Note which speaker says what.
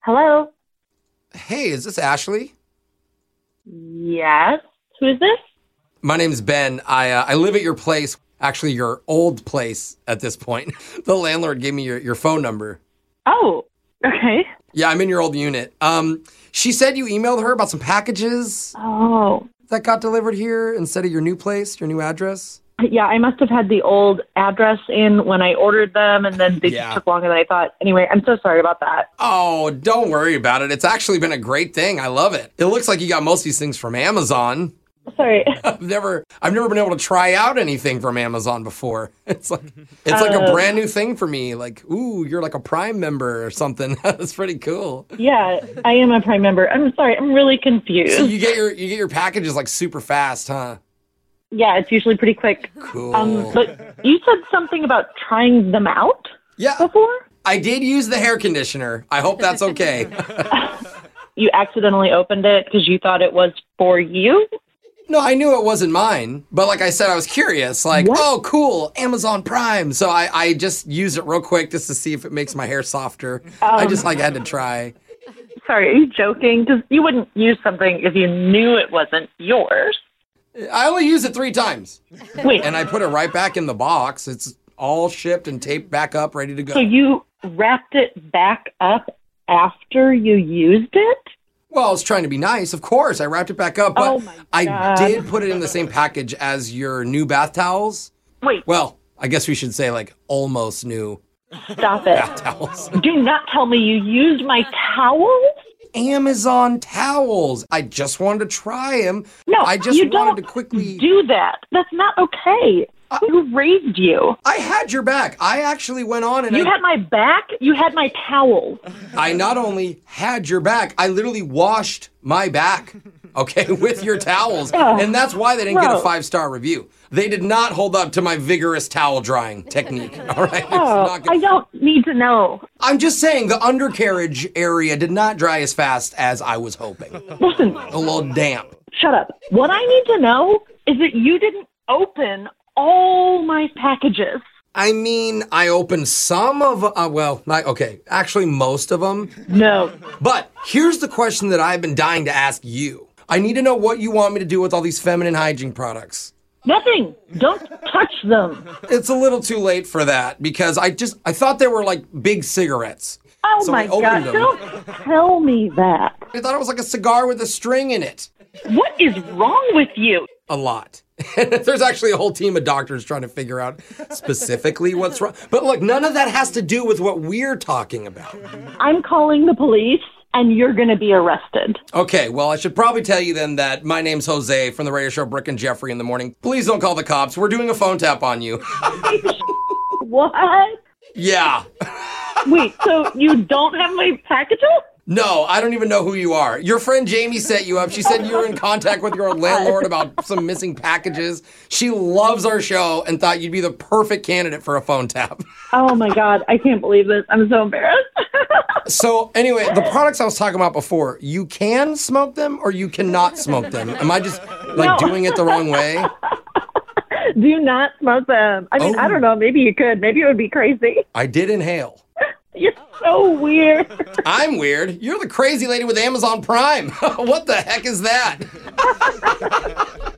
Speaker 1: Hello.
Speaker 2: Hey, is this Ashley?
Speaker 1: Yes. Who is this?
Speaker 2: My name's Ben. I uh, I live at your place, actually your old place at this point. The landlord gave me your, your phone number.
Speaker 1: Oh, okay.
Speaker 2: Yeah, I'm in your old unit. Um, she said you emailed her about some packages
Speaker 1: Oh,
Speaker 2: that got delivered here instead of your new place, your new address.
Speaker 1: yeah. I must have had the old address in when I ordered them, and then they
Speaker 2: Yeah.
Speaker 1: just took longer than I thought. Anyway, I'm so sorry about that.
Speaker 2: Oh, don't worry about it. It's actually been a great thing. I love it. It looks like you got most of these things from Amazon.
Speaker 1: Sorry.
Speaker 2: I've never I've never been able to try out anything from Amazon before. It's like it's like a brand new thing for me. Like, ooh, you're like a Prime member or something. That's pretty cool.
Speaker 1: yeah, I am a prime member. I'm sorry. I'm really confused.
Speaker 2: So you get your you get your packages like super fast, huh?
Speaker 1: yeah, it's usually pretty quick.
Speaker 2: Cool.
Speaker 1: Um, but you said something about trying them out
Speaker 2: yeah,
Speaker 1: before.
Speaker 2: I did use the hair conditioner. I hope that's okay.
Speaker 1: You accidentally opened it because you thought it was for you.
Speaker 2: no, I knew it wasn't mine, but like I said, I was curious. Like, oh, cool, Amazon Prime. So I I just use it real quick just to see if it makes my hair softer. I just like had to try.
Speaker 1: Sorry, are you joking? Because you wouldn't use something if you knew it wasn't yours.
Speaker 2: I only use it three times.
Speaker 1: Wait,
Speaker 2: and I put it right back in the box. It's all shipped and taped back up, ready to
Speaker 1: so
Speaker 2: go.
Speaker 1: you wrapped it back up after you used it?
Speaker 2: Well, I was trying to be nice, of course. I wrapped it back up, but
Speaker 1: Oh my
Speaker 2: I
Speaker 1: God.
Speaker 2: did put it in the same package as your new bath towels.
Speaker 1: Wait,
Speaker 2: Well, I guess we should say like almost new
Speaker 1: stop it.
Speaker 2: towels.
Speaker 1: Do not tell me you used my towels?
Speaker 2: Amazon towels. I just wanted to try them.
Speaker 1: No,
Speaker 2: I just
Speaker 1: you
Speaker 2: wanted
Speaker 1: don't
Speaker 2: to quickly. Uh,
Speaker 1: do that. That's not okay. Who raised you?
Speaker 2: I had your back. I actually went on and
Speaker 1: You
Speaker 2: I,
Speaker 1: had my back, you had my towels.
Speaker 2: I not only had your back, I literally washed my back, okay, with your towels.
Speaker 1: Oh.
Speaker 2: And that's why they didn't get a
Speaker 1: Gross.
Speaker 2: five star review. They did not hold up to my vigorous towel drying technique, all right? It's
Speaker 1: Oh,
Speaker 2: not
Speaker 1: I
Speaker 2: good.
Speaker 1: don't need to know.
Speaker 2: I'm just saying the undercarriage area did not dry as fast as I was hoping.
Speaker 1: Listen,
Speaker 2: A little damp.
Speaker 1: shut up. What I need to know is that you didn't open all my packages.
Speaker 2: I mean, I opened some of, uh, well, not, okay, actually most of them.
Speaker 1: No,
Speaker 2: But here's the question that I've been dying to ask you. I need to know what you want me to do with all these feminine hygiene products.
Speaker 1: nothing. Don't touch them.
Speaker 2: It's a little too late for that because I just I thought they were like big cigarettes.
Speaker 1: Oh
Speaker 2: So
Speaker 1: my
Speaker 2: I
Speaker 1: God!
Speaker 2: opened them.
Speaker 1: Don't tell me that.
Speaker 2: I thought it was like a cigar with a string in it.
Speaker 1: What is wrong with you?
Speaker 2: A lot. There's actually a whole team of doctors trying to figure out specifically what's wrong. But look, none of that has to do with what we're talking about.
Speaker 1: I'm calling the police, and you're going to be arrested.
Speaker 2: Okay, well, I should probably tell you then that my name's Jose from the radio show Brick and Jeffrey in the morning. Please don't call the cops. We're doing a phone tap on you.
Speaker 1: What?
Speaker 2: yeah.
Speaker 1: Wait. So you don't have my packages?
Speaker 2: No, I don't even know who you are. Your friend Jamie set you up. She said you were in contact with your old landlord about some missing packages. She loves our show and thought you'd be the perfect candidate for a phone tap.
Speaker 1: Oh my God! I can't believe this. I'm so embarrassed.
Speaker 2: So, anyway, the products I was talking about before, you can smoke them or you cannot smoke them. Am I just like
Speaker 1: No.
Speaker 2: doing it the wrong way?
Speaker 1: Do not smoke them. I mean,
Speaker 2: Oh.
Speaker 1: I don't know. Maybe you could. Maybe it would be crazy.
Speaker 2: I did inhale.
Speaker 1: You're so weird.
Speaker 2: I'm weird. You're the crazy lady with Amazon Prime. what the heck is that?